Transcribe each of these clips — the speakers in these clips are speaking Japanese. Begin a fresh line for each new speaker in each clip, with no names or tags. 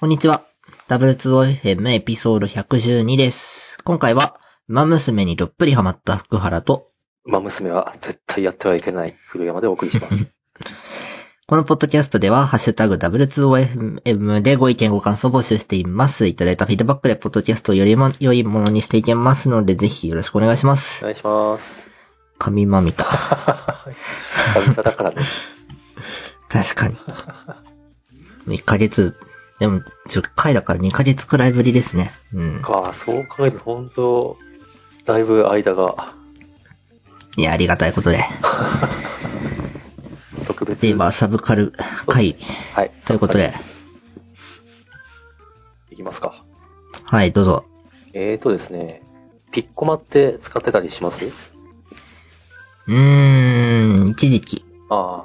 こんにちは。W2OFM エピソード112です。今回は、馬娘にどっぷりハマった福原と、
馬娘は絶対やってはいけない古山でお送り します。
このポッドキャストでは、ハッシュタグ W2OFM でご意見ご感想を募集しています。いただいたフィードバックでポッドキャストをよりも良いものにしていけますので、ぜひよろしくお願いしま
お
す。
願いします。
神まみた。
久々だから ね。
確かに。1ヶ月、でも10回だから2ヶ月くらいぶりですね。うん。
か、そう考えると本当、だいぶ間が、
いや、ありがたいことで。
特別
で、今、サブカル会
はい。
ということで。
いきますか。
はい、どうぞ。
えーとですね、ピッコマって使ってたりします
うーん、一時期。
ああ。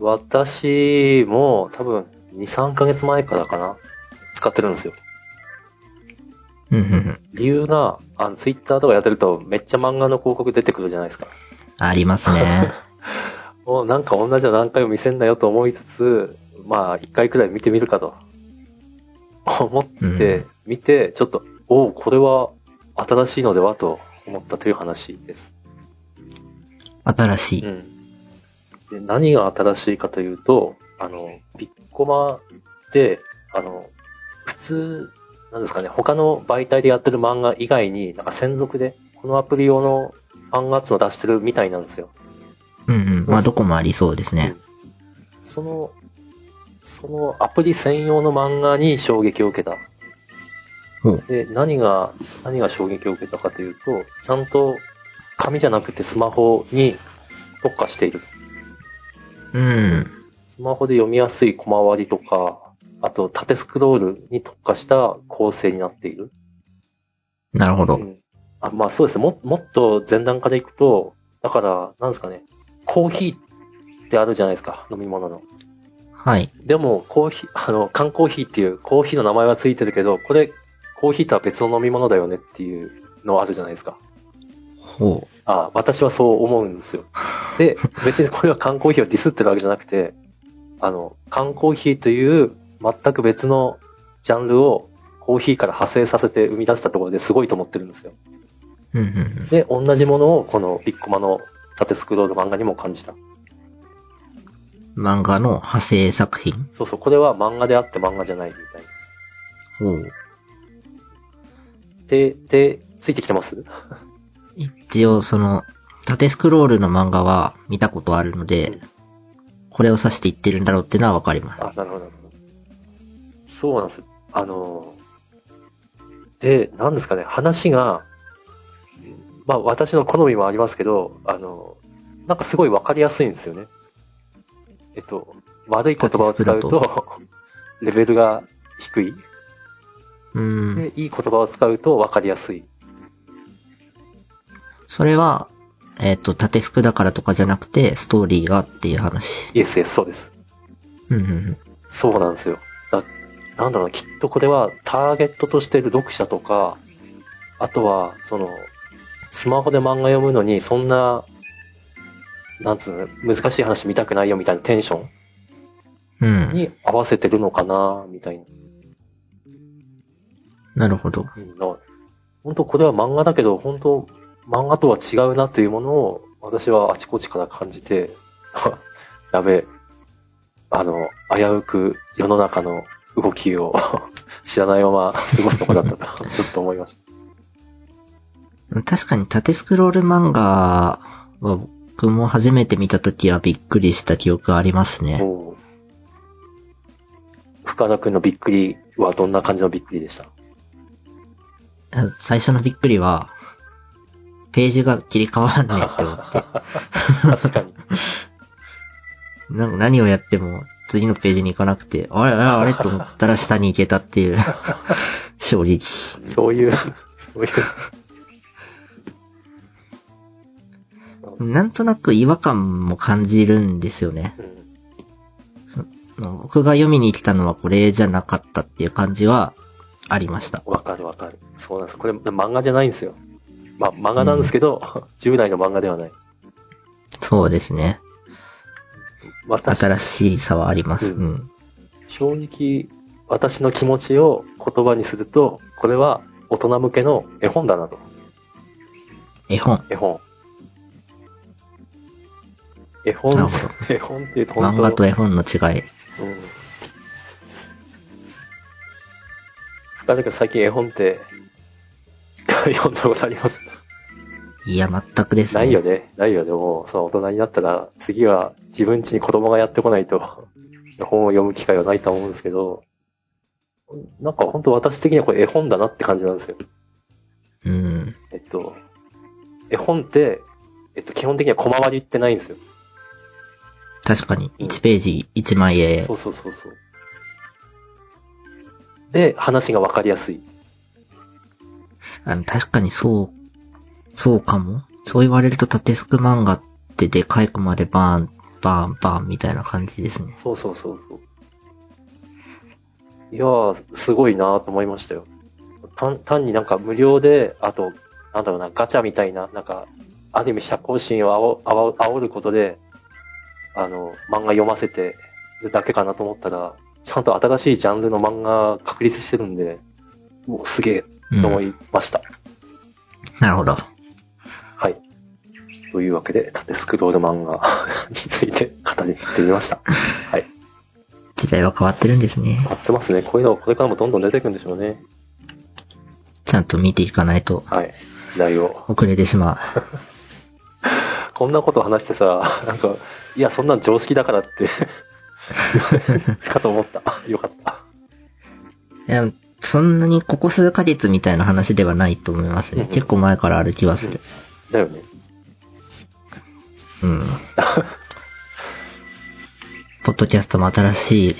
私も多分2、3ヶ月前からかな。使ってるんですよ。
うん、うん、うん。
理由が、あの、ツイッターとかやってるとめっちゃ漫画の広告出てくるじゃないですか。
あります ね。
おなんか同じの何回も見せんなよと思いつつ、まあ、一回くらい見てみるかと。思って、見て、ちょっと、おお、これは新しいのではと思ったという話です。
新し
う
い。
ん。で何が新しいかというと、あの、ピッコマって、あの、普通、なんですかね、他の媒体でやってる漫画以外に、なんか専属で、このアプリ用のファンアーツを出してるみたいなんですよ。
うん、うん。まあ、どこもありそうですね。
その、そのアプリ専用の漫画に衝撃を受けた。
ほう。
で、何が、何が衝撃を受けたかというと、ちゃんと紙じゃなくてスマホに特化している。
うん。
スマホで読みやすい小回りとか、あと縦スクロールに特化した構成になっている。
なるほど
う。んあまあそうですねも。もっと前段階でいくと、だから、なんですかね、コーヒーってあるじゃないですか、飲み物の。
はい。
でも、コーヒー、 あの、缶コーヒーっていう、コーヒーの名前はついてるけど、これ、コーヒーとは別の飲み物だよねっていうのあるじゃないですか。
ほう。
あ私はそう思うんですよ。で、別にこれは缶コーヒーをディスってるわけじゃなくて、あの、缶コーヒーという全く別のジャンルをコーヒーから派生させて生み出したところですごいと思ってるんですよ。
うん、うん、うん。
で、同じものをこのビッコマの縦スクロール漫画にも感じた。
漫画の派生作品。
そうそう、これは漫画であって漫画じゃないみたいな。
ほう。
で、で、ついてきてます
一応、その、縦スクロールの漫画は見たことあるので、これを指していってるんだろうってのはわかります。
あ、なるほど、なるほど。そうなんですよ。あのー、で、なんですかね、話が、まあ私の好みもありますけど、あのー、なんかすごいわかりやすいんですよね。えっと、悪い言葉を使う
タ
と、レベルが低い。
うん。
で、いい言葉を使うとわかりやすい。
それは、えっ、と、縦スクだからとかじゃなくて、ストーリーがっていう話。
イエス、イエス、そうです。
うん、うん、うん。
そうなんですよ。だなんだろうな、きっとこれはターゲットとしてる読者とか、あとは、その、スマホで漫画読むのに、そんな、なんつうの、難しい話見たくないよみたいなテンショ
うん
ン。に合わせてるのかな、みたいな。
なるほど。
うんだから本当これは漫画だけど、本当漫画とは違うなというものを、私はあちこちから感じて、 やべえ、あの、危うく世の中の動きを 知らないまま過ごすとこだった と、ちょっと思いました。
確かに縦スクロール漫画は僕も初めて見た時はびっくりした記憶ありますね。
もう深田くんのびっくりはどんな感じのびっくりでした
最初のびっくりは、ページが切り替わんねえって思って、
確か に。
なんか何をやっても次のページに行かなくて、あれあれあれと思ったら下に行けたって いう、衝撃。
そういう、そういう。
なんとなく違和感も感じるんですよね。
うん
僕が読みに来たのはこれじゃなかったっていう感じはありました。
わかるわかる。そうなんです。これ漫画じゃないんですよ。まあ、漫画なんですけど、従来の漫画ではない。
そうですね。
私、
新しさはあります。
う
うんん。
正直、私の気持ちを言葉にすると、これは大人向けの絵本だなと。
絵本。
絵本。絵
なる
本、
ほど。
絵本っていうと本
漫
当
画と絵本の違い。
うん。深田君最近絵本って 読んだことあります
いや、全くですね。
ないよね。ないよね。もう、その大人になったら、次は自分家に子供がやってこないと、本を読む機会はないと思うんですけど、なんか本当私的にはこれ絵本だなって感じなんですよ。
うん。
えっと、絵本って、えっと、基本的には小回りってないんですよ。
確かに、1ページ1枚絵
そ。うそうそうそう。で、話がわかりやすい。
あの確かにそう、そうかも。そう言われると縦スク漫画ってでかいコマでバーン、バーン、バーンみたいな感じですね。
そうそうそうそう。いやー、すごいなーと思いましたよ。単単になんか無料で、あと、なんだろうな、ガチャみたいな、なんか、ある意味社交心をあお煽ることで、あの、漫画読ませてるだけかなと思ったら、ちゃんと新しいジャンルの漫画確立してるんで、もうすげえ
うん。
と思いました。
なるほど。
はい。というわけで、縦スクロール漫画について語りってみま した。はい。
時代は変わってるんですね。
合ってますね。こういうの、これからもどんどん出てくるんでしょうね。
ちゃんと見ていかないと
はい。時代を。
遅れてし ま
こんなこと話してさ、 なんか、いや、そんなん常識だからって、かと思った。よかった。
う。いや、そんなにここ数ヶ月みたいな話ではないと思います
う
ね
ん。うん
結構前からある気はする。
だよね。
うん。ポッドキャストも新しい、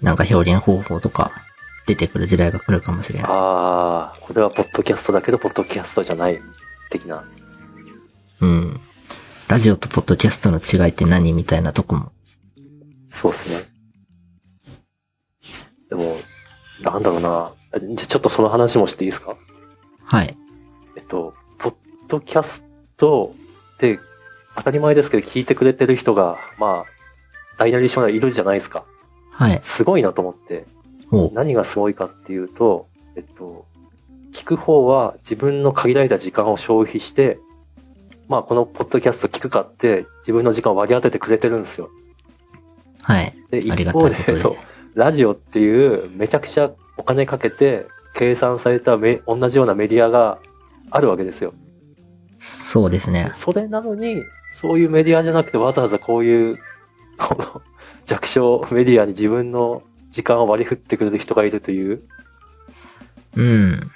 なんか表現方法とか出てくる時代が来るかもしれない。
あー、これはポッドキャストだけど、ポッドキャストじゃない。的な。
うん。ラジオとポッドキャストの違いって何みたいなとこも。
そうですね。でも、なんだろうな。じゃ、ちょっとその話もしていいですか
はい。
えっと、ポッドキャストって、当たり前ですけど、聞いてくれてる人が、まあ、大なり小なりいるじゃないですか。
はい。
すごいなと思って。
おう。
何がすごいかっていうと、えっと、聞く方は自分の限られた時間を消費して、まあこのポッドキャスト聞くかって自分の時間を割り当ててくれてるんですよ。
はい。
で、
あり
一
がたいこ
方
と
で
で、
そうラジオっていうめちゃくちゃお金かけて計算されため同じようなメディアがあるわけですよ。
そうですね。
それなのに、そういうメディアじゃなくてわざわざこういう、この弱小メディアに自分の時間を割り振ってくれる人がいるという、
うん。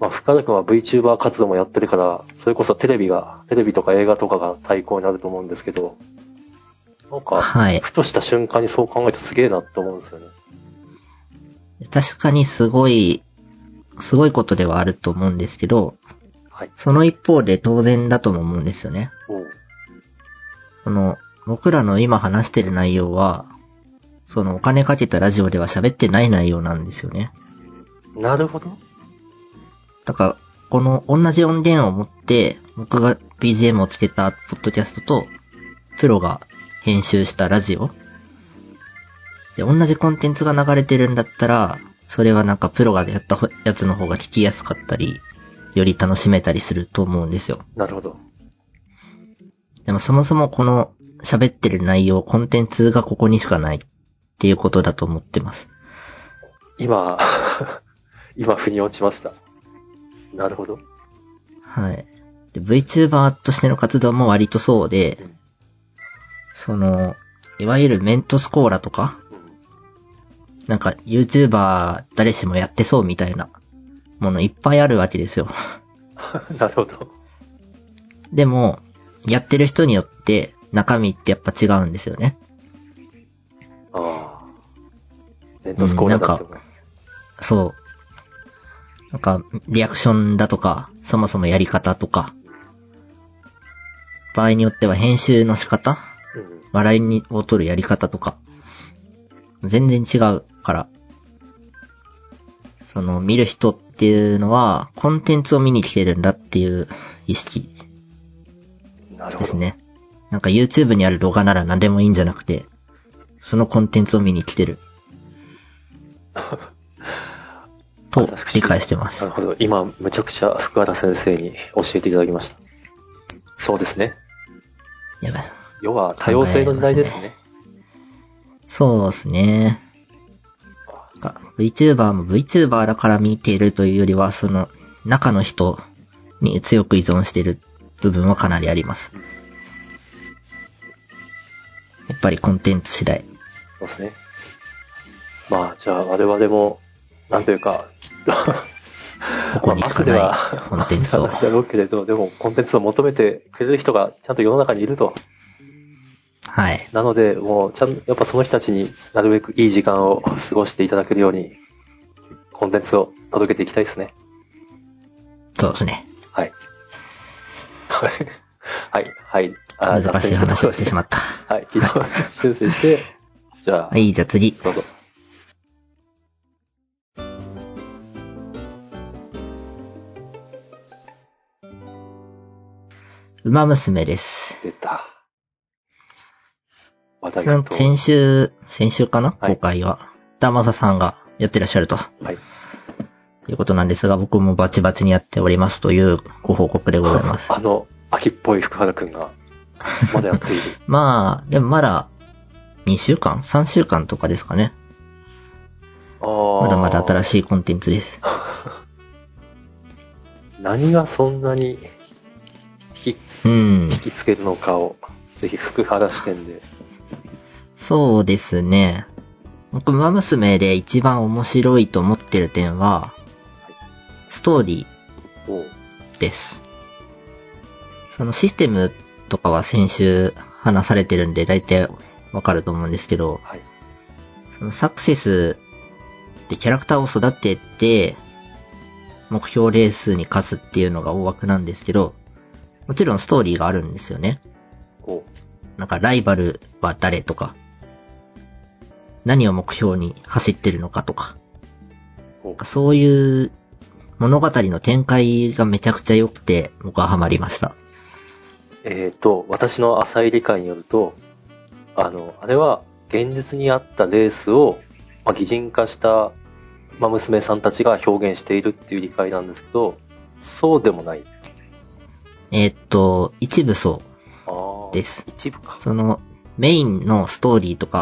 まあ、深田君は VTuber 活動もやってるから、それこそテレビが、テレビとか映画とかが対抗になると思うんですけど、なんか、
はい。
ふとした瞬間にそう考えるとすげえなって思うんですよね。
確かにすごい、すごいことではあると思うんですけど、
はい。
その一方で当然だとも思うんですよね。
もう、
その、僕らの今話してる内容は、そのお金かけたラジオでは喋ってない内容なんですよね。
なるほど。
だから、この同じ音源を持って、僕が BGM をつけたポッドキャストと、プロが編集したラジオ。で、同じコンテンツが流れてるんだったら、それはなんかプロがやったほやつの方が聞きやすかったり、より楽しめたりすると思うんですよ。
なるほど。
でもそもそもこの喋ってる内容、コンテンツがここにしかないっていうことだと思ってます。
今、 今、腑に落ちました。なるほど。
はい。で VTuber としての活動も割とそうで
うん、
その、いわゆるメントスコーラとか、
うん。
なんか YouTuber 誰しもやってそうみたいなものいっぱいあるわけですよ。
なるほど。
でも、やってる人によって中身ってやっぱ違うんですよね。
ああ。ネットスコーラだっても、
そう。なんか、リアクションだとか、そもそもやり方とか、場合によっては編集の仕方
うん。
笑いにを取るやり方とか、全然違うから、その、見る人っていうのは、コンテンツを見に来てるんだっていう意識
なるほ
で
ど。
すね。なんか YouTube にある動画なら何でもいいんじゃなくて、そのコンテンツを見に来てる。と理解してま
な
す
る。ほど。今、むちゃくちゃ福原先生に教えていただきました。そうですね。
やばい
要は多様性の時代ですね。
そうですね。なんか VTuber も VTuber だから見ているというよりは、その中の人に強く依存している部分はかなりあります。やっぱりコンテンツ次第。
そうですね。まあ、じゃあ我々も、なんというか、きっと、
ここにしかないコンテンツを
まあ。だろうけれど、でもコンテンツを求めてくれる人がちゃんと世の中にいると。
はい。
なので、もう、ちゃん、やっぱその人たちになるべくいい時間を過ごしていただけるように、コンテンツを届けていきたいですね。
そうですね。
はい。 はい、はい。あー
難しい話をしてしまった。
はい、聞いた。先生して、じゃあ、
はい、じゃあ次。
どうぞ。
馬娘です。
出た。私
先
と、
先週、先週かな
はい
公開は。ダマサさんがやってらっしゃると。
はい。
いうことなんですが、僕もバチバチにやっておりますというご報告でございます。
あの、秋っぽい福原くんが、まだ やっている。
まあ、でもまだ、2週間 ?3 週間とかですかね。
ああ。
まだまだ新しいコンテンツです。
何がそんなに引き
うん
引。きつけるのかを、ぜひ福原視点で。
そうですね。僕、馬娘で一番面白いと思ってる点は、ストーリー。
おう
です。そのシステムとかは先週話されてるんで大体わかると思うんですけど、
はい。
そのサクセスってキャラクターを育てて、目標レースに勝つっていうのが大枠なんですけど、もちろんストーリーがあるんですよね。
おう
なんかライバルは誰とか、何を目標に走ってるのかとか、
おう
なんかそういう物語の展開がめちゃくちゃ良くて僕はハマりました。
えっ、と、私の浅い理解によると、あの、あれは現実にあったレースを、まあ、擬人化した、まあ、娘さんたちが表現しているっていう理解なんですけど、そうでもない。
えーっと、一部そ
あー
です
一部か
う。。その、メインのストーリーとか、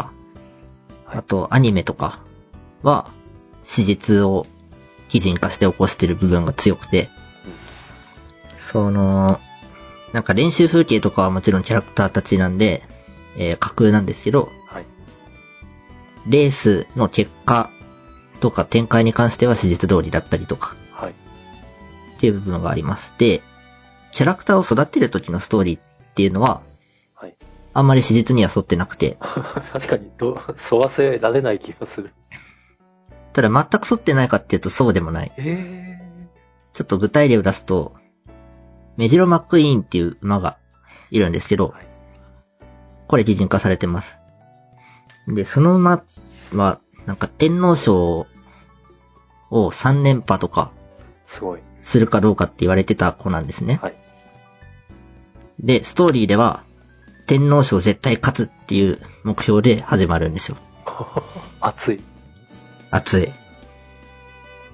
はい
あとアニメとかは、史実を擬人化して起こしてる部分が強くて、その、なんか練習風景とかはもちろんキャラクターたちなんで、えー架空なんですけど、
はい。
レースの結果とか展開に関しては史実通りだったりとか、
はい。
っていう部分があります。で、キャラクターを育てる時のストーリーっていうのは、
はい。
あんまり史実には沿ってなくて、
確かにど、 沿わせられない気がする。
ただ全く沿ってないかっていうとそうでもない。
え
ちょっと具体例を出すと、メジロマックイーンっていう馬がいるんですけど
はい、
これ擬人化されてます。で、その馬は、なんか天皇賞を3連覇とか
すごい。
するかどうかって言われてた子なんですね。
はい。
で、ストーリーでは、天皇賞絶対勝つっていう目標で始まるんですよ。
熱い。
暑い。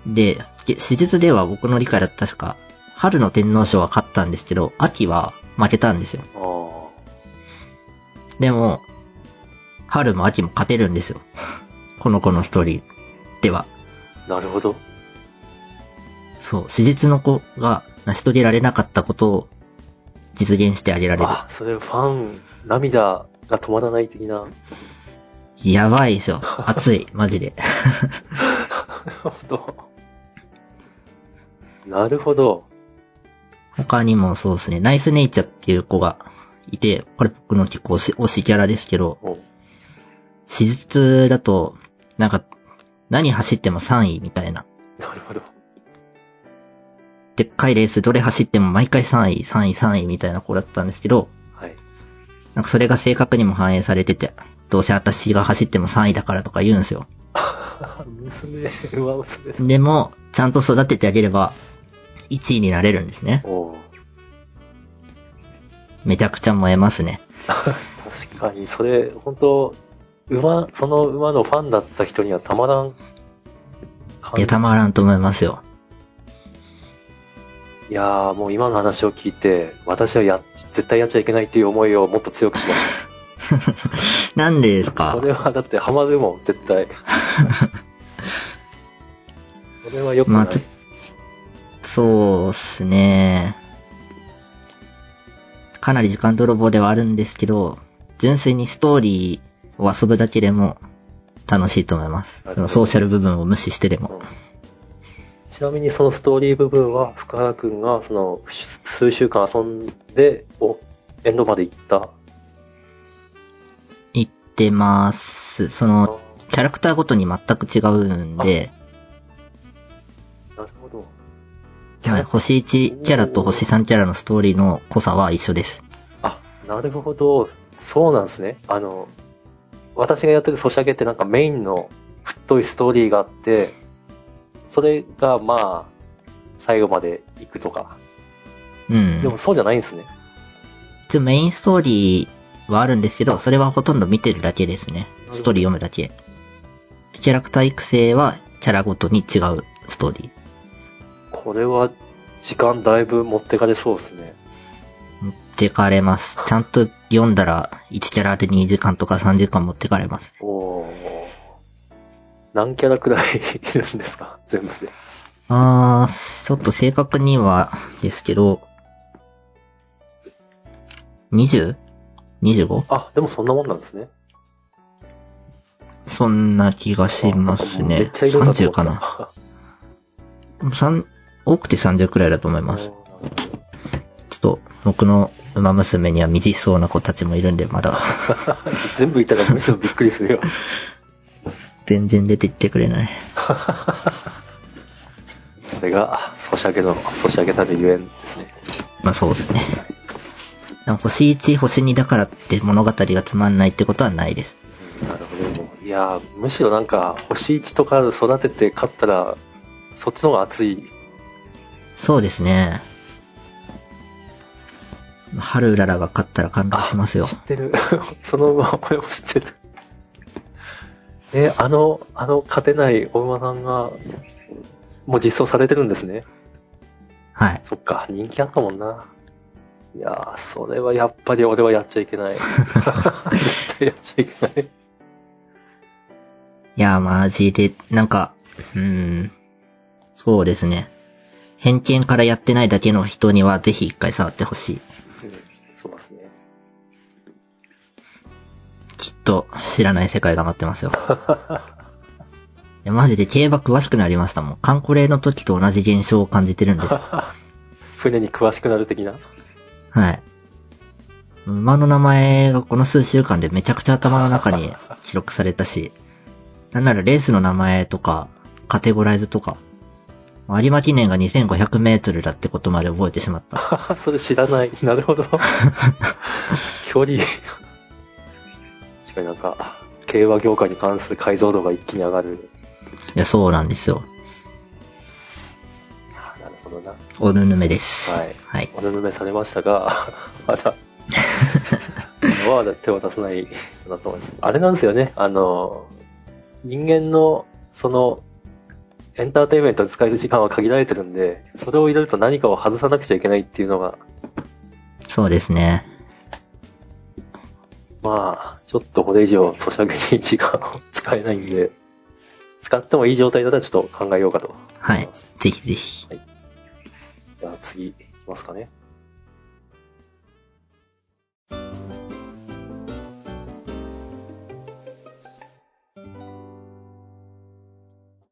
で、で史実では僕の理解だと確か、春の天皇賞は勝ったんですけど、秋は負けたんですよ。
ああ。
でも、春も秋も勝てるんですよ。この子のストーリーでは。
なるほど。
そう、史実の子が成し遂げられなかったことを実現してあげられる。
あ、それファン、涙が止まらない的な。
やばいですよ。熱い、マジで。
なるほど。なるほど。
他にもそうですね、ナイスネイチャーっていう子がいて、これ僕の結構推し推しキャラですけど、
お
手術だと、なんか、何走っても3位みたいな。
なるほど。
でっかいレースどれ走っても毎回3位、3位、3位みたいな子だったんですけど、
はい。
なんかそれが正確にも反映されてて、どうせ私が走っても3位だからとか言うんですよ。
娘、うわ、娘だ。
でも、ちゃんと育ててあげれば、1位になれるんですね。
おう
めちゃくちゃ燃えますね。
確かに、それ、本当馬、その馬のファンだった人にはたまらん感
いや、たまらんと思いますよ。
いやー、もう今の話を聞いて、私はや、絶対やっちゃいけないっていう思いをもっと強くしまし
なんでです
た。
か
これはだってハマるもん、絶対。これは良くな
まあ、。
い
つそうっすね。かなり時間泥棒ではあるんですけど、純粋にストーリーを遊ぶだけでも楽しいと思います。そのソーシャル部分を無視してでも。
うんちなみにそのストーリー部分は、福原くんが、その、数週間遊んで、お、エンドまで行った。
言ってます。その、キャラクターごとに全く違うんで、
なるほど。
はい星1キャラと星3キャラのストーリーの濃さは一緒です。
あ、なるほど。そうなんですね。あの、私がやってるソシャゲってなんかメインの太いストーリーがあって、それがまあ、最後まで行くとか。
うん。
でもそうじゃないんですね。
一応メインストーリーはあるんですけど、それはほとんど見てるだけですね。ストーリー読むだけ。キャラクター育成はキャラごとに違うストーリ
これは、時間だいぶ持ってかれそうですね。
ー。持ってかれます。ちゃんと読んだら1キャラで2時間とか3時間持ってかれます。
おー。何キャラくらいいるんですか 全部で。
あー、ちょっと正確にはですけど、20?25?
あ、でもそんなもんなんですね。
そんな気がします
あ
ね。
めっちゃいるんだと
30
思った
かな。。三多くて30くらいだと思います。ちょっと、僕の馬娘には未知そうな子たちもいるんで、まだ、
全部いたらむしろびっくりするよ。
全然出て行ってくれない。
それが、ソシャゲの、ソシャゲたるゆえんですね。
まあそうですね。でも星1、星2だからって物語がつまんないってことはないです。
なるほど。いやー、むしろなんか、星1とか育てて勝ったら、そっちの方が熱い。
そうですね。春うららが勝ったら感動しますよ
知。ってる。 その馬、俺も知ってる。え、あの、あの、勝てないお馬さんが、もう実装されてるんですね。
はい。
そっか、人気あったもんな。いやー、それはやっぱり俺はやっちゃいけ ない。絶対やっちゃいけない。
いや、マジで、なんか、うーん。そうですね。偏見からやってないだけの人にはぜひ一回触ってほしい。
うんそうですね。
きっと知らない世界が待ってますよ。 いや、マジで競馬詳しくなりましたもん。カンコレの時と同じ現象を感じて るんです。
船に詳しくなる的な。
はい。馬の名前がこの数週間でめちゃくちゃ頭の中に記録されたし、なんならレースの名前とか、カテゴライズとか、有馬記念が2500メートルだってことまで覚えてしまった。
それ知らない。なるほど。距離。確かになんか、競馬業界に関する解像度が一気に上がる。
いや、そうなんですよ。
あなるほどな。
おぬぬめです。
はい
はい。
おぬぬめされましたが、 まだ、まだ手を出さないなと思います。あれなんですよね。あの、人間の、その、エンターテインメントに使える時間は限られてるんで、それを入れると何かを外さなくちゃいけないっていうのが、
そうですね。
まあ、ちょっとこれ以上、ソシャゲに時間を使えないんで、使ってもいい状態だったらちょっと考えようかと
は
思い
い
ま。す。
ぜひぜひ。
じゃあ次、いきますかね。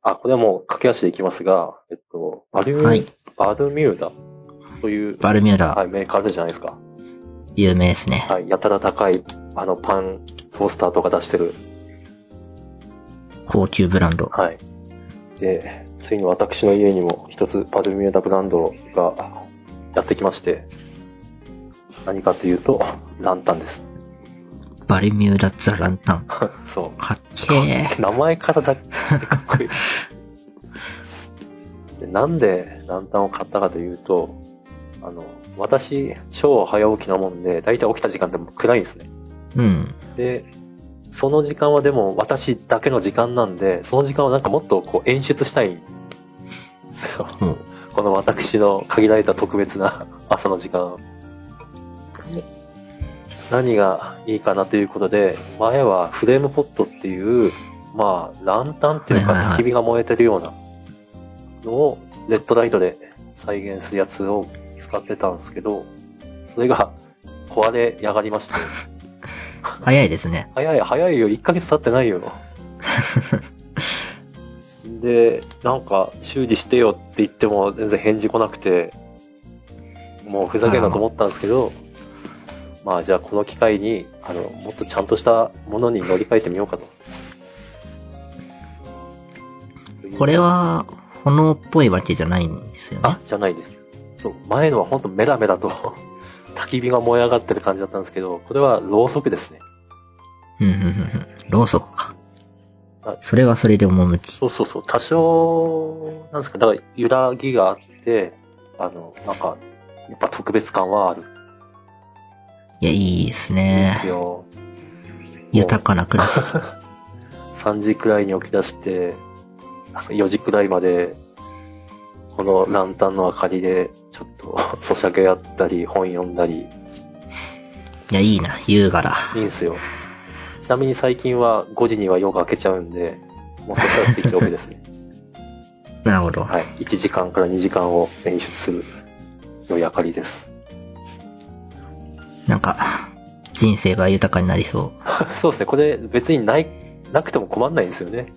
あ、これはもう駆け足でいきますが、えっと、バルミュー、
はい
バルミューダという、
バルミュー
は
ダ、
い、メーカーあるじゃないですか。
有名ですね。
はい、やたら高い、あの、パン、トースターとか出してる
高級ブランド。
はい。で、ついに私の家にも一つパルミューダブランドがやってきまして、何かというと、ランタンです。
バルミューダザランタン。
そ
かっけー。
う。名前からだけしてかっこい い。でなんでランタンを買ったかというと、あの、私、超早起きなもんで、だいたい起きた時間でも暗いんですね。
うん。
で、その時間はでも私だけの時間なんで、その時間をなんかもっとこう演出したいんですよ。
もう、
この私の限られた特別な 朝の時間。何がいいかなということで、前はフレームポットっていう、まあ、ランタンっていうか、
はいはいはい
焚き火が燃えてるようなのを、レッドライトで再現するやつを使ってたんですけど、それが壊れやがりました。
早いですね。
早い、早いよ。1ヶ月経ってな いよ。で、なんか、修理してよって言っても全然返事来なくて、もうふざけんなと思ったんですけ ど、まあじゃあこの機会に、あの、もっとちゃんとしたものに乗り換えてみようかと。
これは、炎っぽいわけじゃないんですよね
あ。、じゃないです。そう、前のはほんとメラメラと 焚き火が燃え上がってる感じだったんですけど、これはろうそくですね。
うん、うん、うんうん。ろうそくか
はい。
それはそれで趣。
そうそうそう、多少、なんですか、だから揺らぎがあって、あの、なんか、やっぱ特別感はある。
いや、いいです
いいで
ね。
すよ。
豊かな暮らし。
3時くらいに起き出して、なんか4時くらいまで、このランタンの明かりで、ちょっと、 ソシャゲやったり、本読んだり、
いや、いいな。優雅だ。
いいんすよ。ちなみに最近は5時には夜が明けちゃうんで、もうそしたらスイッチオフですね。
なるほど。
はい。1時間から2時間を演出する、良い明かりです。
なんか、人生が豊かになりそ
そうですね、これ別にない、なくても困らないんですよね。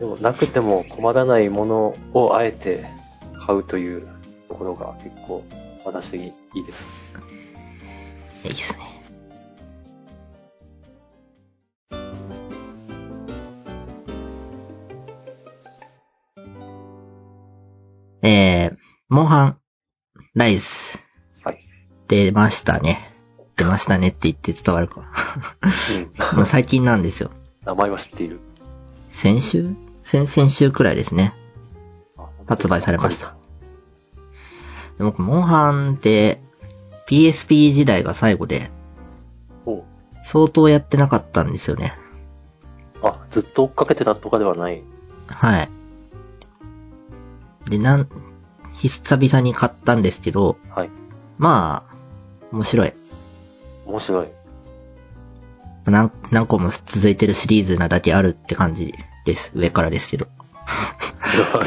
でも、なくても困らないものをあえて買うというところが結構私的にいいです。
う。いいですね。えー、モンハン、ライズ、
はい。
出ましたね。出ましたねって言って伝わるか。
うん。
もう最近なんですよ。
名前は知っている。
先週先々週くらいですね。発売されました。で僕、モンハンって、PSP 時代が最後で、
お
相当やってなかったんですよね。
あ、ずっと追っかけてたとかではない。
はい。で、なん、久々に買ったんですけど、
はい。
まあ、面白い。
面白い。
何、何個も続いてるシリーズなだけあるって感じです。上からですけど。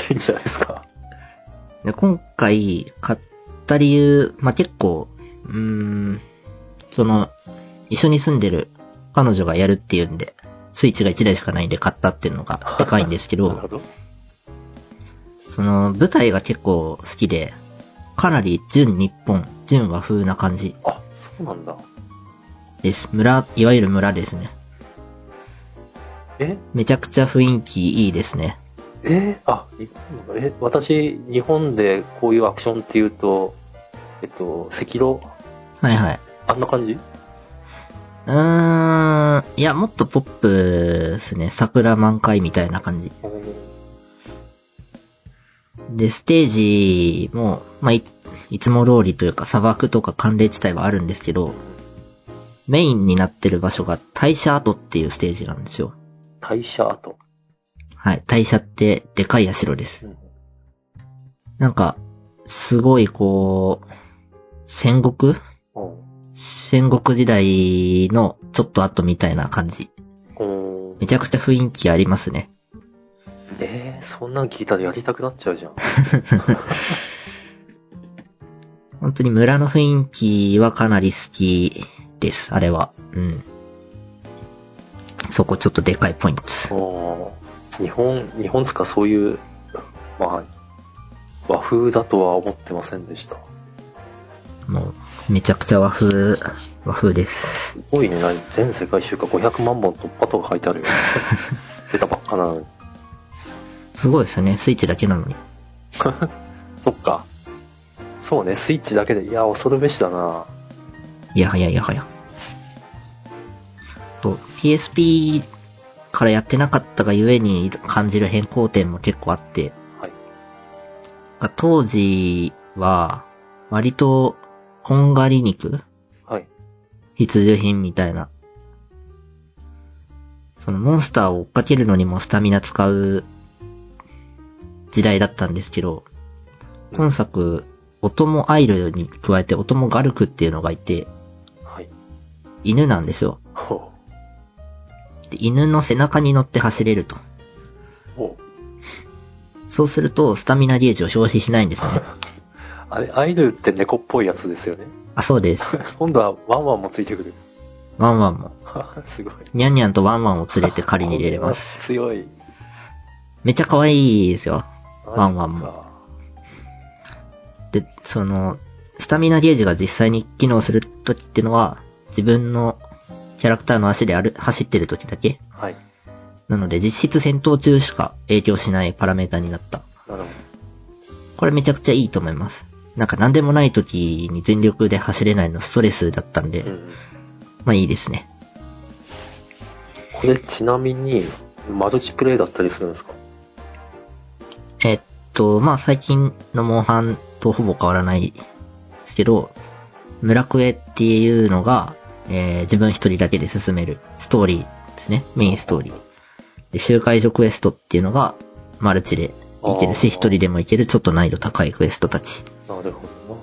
いいんじゃないですか。
で、今回買った理由、まあ、結構、うーん、その、一緒に住んでる彼女がやるっていうんで、スイッチが1台しかないんで買ったっていうのがでかいんですけ
なる
ど
ほ、ど。
その、舞台が結構好きで、かなり純日本、純和風な感じ
あ、そうなんだ。
です。村、いわゆる村ですね。
え
めちゃくちゃ雰囲気いいですね。
えーあ、日本のえ、私、日本でこういうアクションっていうと、えっと、赤道
はいはい。
あんな感じ
うーん、いや、もっとポップですね。桜満開みたいな感じ。で、ステージも、まあ、い、いつも通りというか砂漠とか寒冷地帯はあるんですけど、メインになってる場所が大社跡っていうステージなんですよ。
代謝跡。
はい。大社ってでかい社です
う。ん
なんか、すごいこう、戦国
うん
戦国時代のちょっと後みたいな感じ。
うん
めちゃくちゃ雰囲気ありますね。
えー、そんなん聞いたらやりたくなっちゃうじゃ ん。
本当に村の雰囲気はかなり好きです、あれは。うん。そこちょっとでかいポイントです。
うん日本、日本つかそういう、まあ、和風だとは思ってませんでした。
もう、めちゃくちゃ和風、和風です。
すごいね、何全世界週間500万本突破とか書いて あるよ。出たばっかなのに。
すごいですよね、スイッチだけなのに。
そっか。そうね、スイッチだけで、いや、恐るべしだな。
いやはやいやはや。と、PSP からやってなかったがゆえに感じる変更点も結構あって、
はい。
が当時は、割と、こんがり肉
はい。
必需品みたいな。そのモンスターを追っかけるのにもスタミナ使う時代だったんですけど、今作、音もアイルに加えて音もガルクっていうのがいて、
はい。
犬なんですよ。
ほ
で犬の背中に乗って走れると。
うおう
そうすると、スタミナゲージを消費しないんですね。
あれ、アイヌって猫っぽいやつですよね。
あ、そうです。
今度はワンワンもついてくる。
ワンワンも。
すごい。
ニャンニャンとワンワンを連れて狩りに出れます。
これは強い。
めっちゃ可愛いですよ。ワンワンも
も。
で、その、スタミナゲージが実際に機能するときってのは、自分のキャラクターの足である、走ってるときだけ。
はい。
なので実質戦闘中しか影響しないパラメータになった。
なるほ
これめちゃくちゃいいと思います。なんか何でもないときに全力で走れないのストレスだったんで、
ど。うん。
まあいいですね。
これちなみに、マルチプレイだったりするんですか
えっと、まあ最近のモンハンとほぼ変わらないですけど、村クエっていうのが、えー自分一人だけで進めるストーリーですね。メインストーリー。で、集会所クエストっていうのが、マルチでいけるし、
あー
一人でもいけるちょっと難易度高いクエストたち。
なるほどな。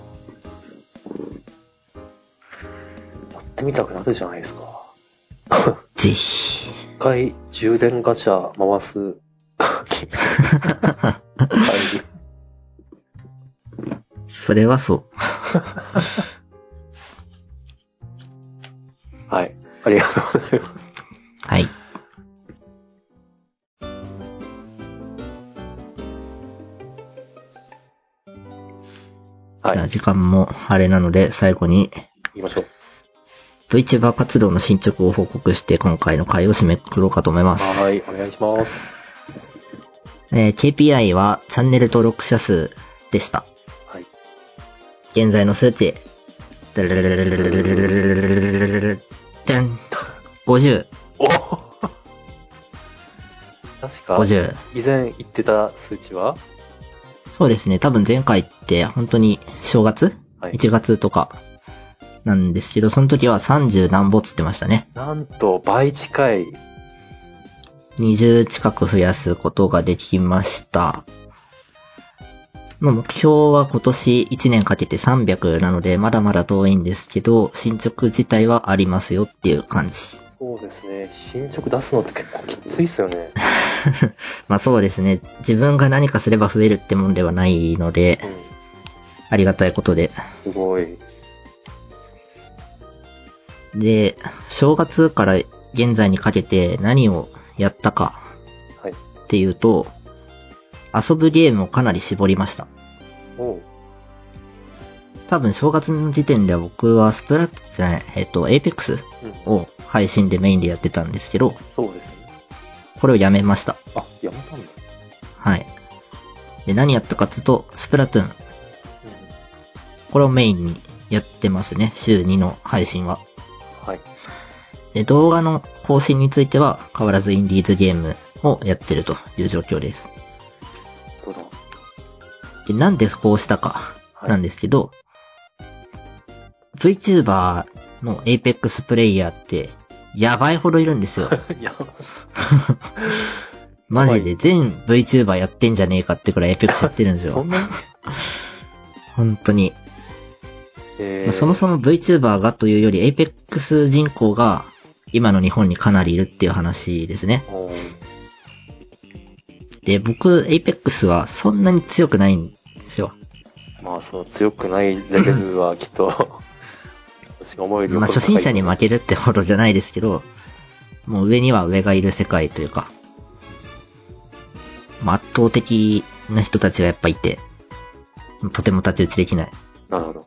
やってみたくなるじゃないですか。
ぜひ。
一回充電ガチャ回す。はい
それはそう。
はい。ありがとうございます。
はい。
はい
じゃあ。時間もあれなので、最後に
行きましょう。
VTuber 活動の進捗を報告して、今回の回を締めくくろうかと思います。
はい。お願いします。
えー KPI はチャンネル登録者数でした。
はい。
現在の数値。ダラララララララララララじゃん !50、
お確か、
50。
以前言ってた数値は
そうですね。多分前回って本当に正月
はい。
?1 月とかなんですけど、その時は30何ぼっつってましたね。
なんと、倍近い。
20近く増やすことができました。まあ目標は今年1年かけて300なので、まだまだ遠いんですけど、進捗自体はありますよっていう感じ。
そうですね。進捗出すのって結構きついっすよね。
まあそうですね。自分が何かすれば増えるってもんではないの
う
で、
ん。
ありがたいことで。
すごい。
で、正月から現在にかけて何をやったか
はい。
っていうと、遊ぶゲームをかなり絞りました。
おう。
多分正月の時点では僕はスプラッツじゃない、えっと、エイペックス
うん。
を配信でメインでやってたんですけど、
そうですね。
これをやめました。
あ、やめたんだ。
はい。で、何やったかっていうと、スプラトゥーン。
うん。
これをメインにやってますね。週2の配信は。
はい。
で、動画の更新については変わらずインディーズゲームをやってるという状況です。
どうだ
で、なんでこうしたか
はい
なんですけど、VTuber の Apex プレイヤーってやばいほどいるんですよ。
い や、
マジで全 VTuber やってんじゃねえかってくらい Apex やってるんです
そ
よ
ん。なに
本当に。
え
まあそもそも VTuber がというより Apex 人口が今の日本にかなりいるっていう話ですね。
も。おう
で、僕 Apex はそんなに強くないんですよ。
まあ、その強くないレベルはきっと、 私が思えるよ
まあ、初心者に負けるってほどじゃないですけど、もう上には上がいる世界というか、まあ、圧倒的な人たちがやっぱいて、とても太刀打ちできない。
なるほど。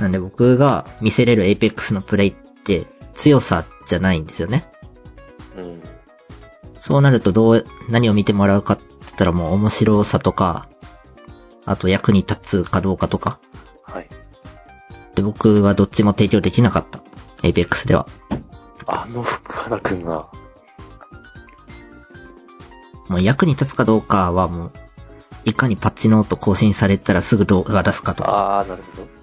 なんで僕が見せれる Apex のプレイって強さじゃないんですよね。
うん。
そうなるとどう、何を見てもらうかって言ったらもう面白さとか、あと役に立つかどうかとか。
はい。
で、僕はどっちも提供できなかった。Apex では。
あの福原くんが、
もう役に立つかどうかはもう、いかにパッチノート更新されたらすぐ動画出すかとか、
ああ、なるほど。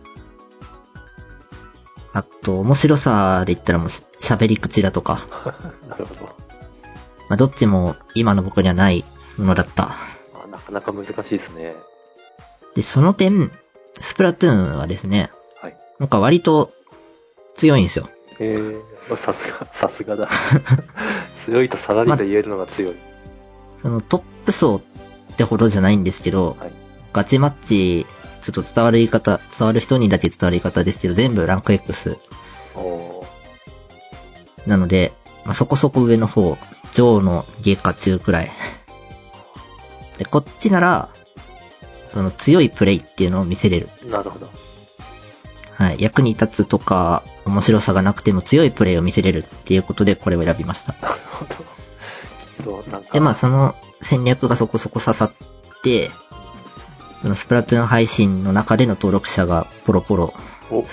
あと面白さで言ったらもうし喋り口だとか、
なるほど。
まあ、どっちも今の僕にはないものだった。
まあ、なかかなか難しいですね。
で、その点、スプラトゥーンはですね、
はい。
なんか割と強いんですよ。
えー、さすが、さす がだ。強いとさらりと言えるのが強い。
そのトップ層ってほどじゃないんですけど、
はい
ガチマッチ、ちょっと伝わる言い方、伝わる人にだけ伝わる言い方ですけど、全部ランク X
おー
なので、まあ、そこそこ上の方、上の下下中くらい。 で、こっちなら、その強いプレイっていうのを見せれる。
なるほど。
はい。役に立つとか、面白さがなくても強いプレイを見せれるっていうことでこれを選びました。
なるほど。きっと、なんか。
で、まあ、その戦略がそこそこ刺さって、そのスプラトゥーン配信の中での登録者がポロポロ
お、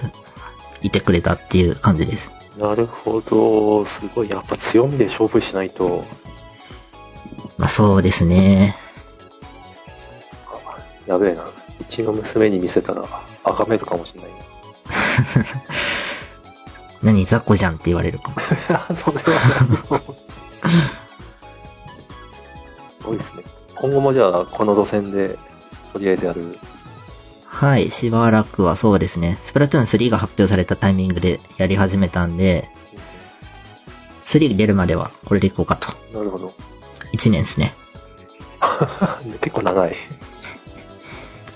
いてくれたっていう感じです。
なるほど。すごい。やっぱ強みで勝負しないと。
まあ、そうですね。
あやべえな。うちの娘に見せたら、あがめるかもしれない。
何、雑魚じゃんって言われるかも。
あ それは。すごいですね。今後もじゃあ、この路線で、とりあえずやる。
はい、しばらくはそうですね。スプラトゥーン3が発表されたタイミングでやり始めたんで、3出るまではこれでいこうかと。
なるほど。
1年ですね。
結構長い。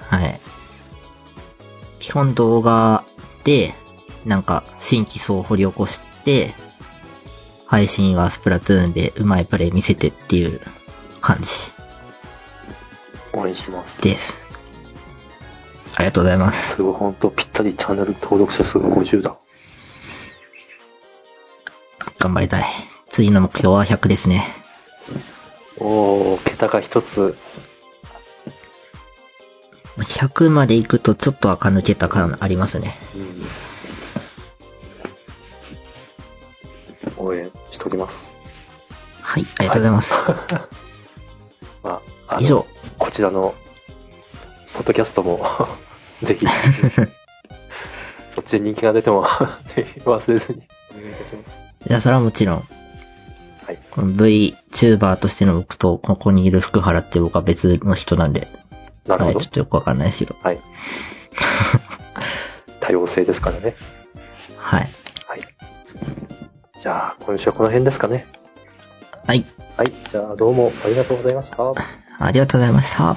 はい。基本動画で、なんか新規層を掘り起こして、配信はスプラトゥーンでうまいプレイ見せてっていう感じ
応援してます。
です。ありがとうございます。
すごい、ほんと、ぴったりチャンネル登録者数が50だ。
頑張りたい。次の目標は100ですね。
おー、桁が一つ。
100まで行くとちょっと垢抜けた感ありますね。
うん応援しております。
はい、ありがとうございます。
まあ、あの
以上。
こちらの、ポッドキャストも、 ぜ ひ、そっちで人気が出ても、 ぜひ忘れずに、お願いいたします。
いや、それはもちろん、
はい。
この VTuber としての僕と、ここにいる福原って僕は別の人なんで、
なる
は
ほ
い、
ど
ちょ。っとよくわかんないですけど。
はい。 多様性ですからね。
はい。
はい。じゃあ、今週はこの辺ですかね。
はい。
はい。じゃあ、どうもありがとうございました。
ありがとうございました。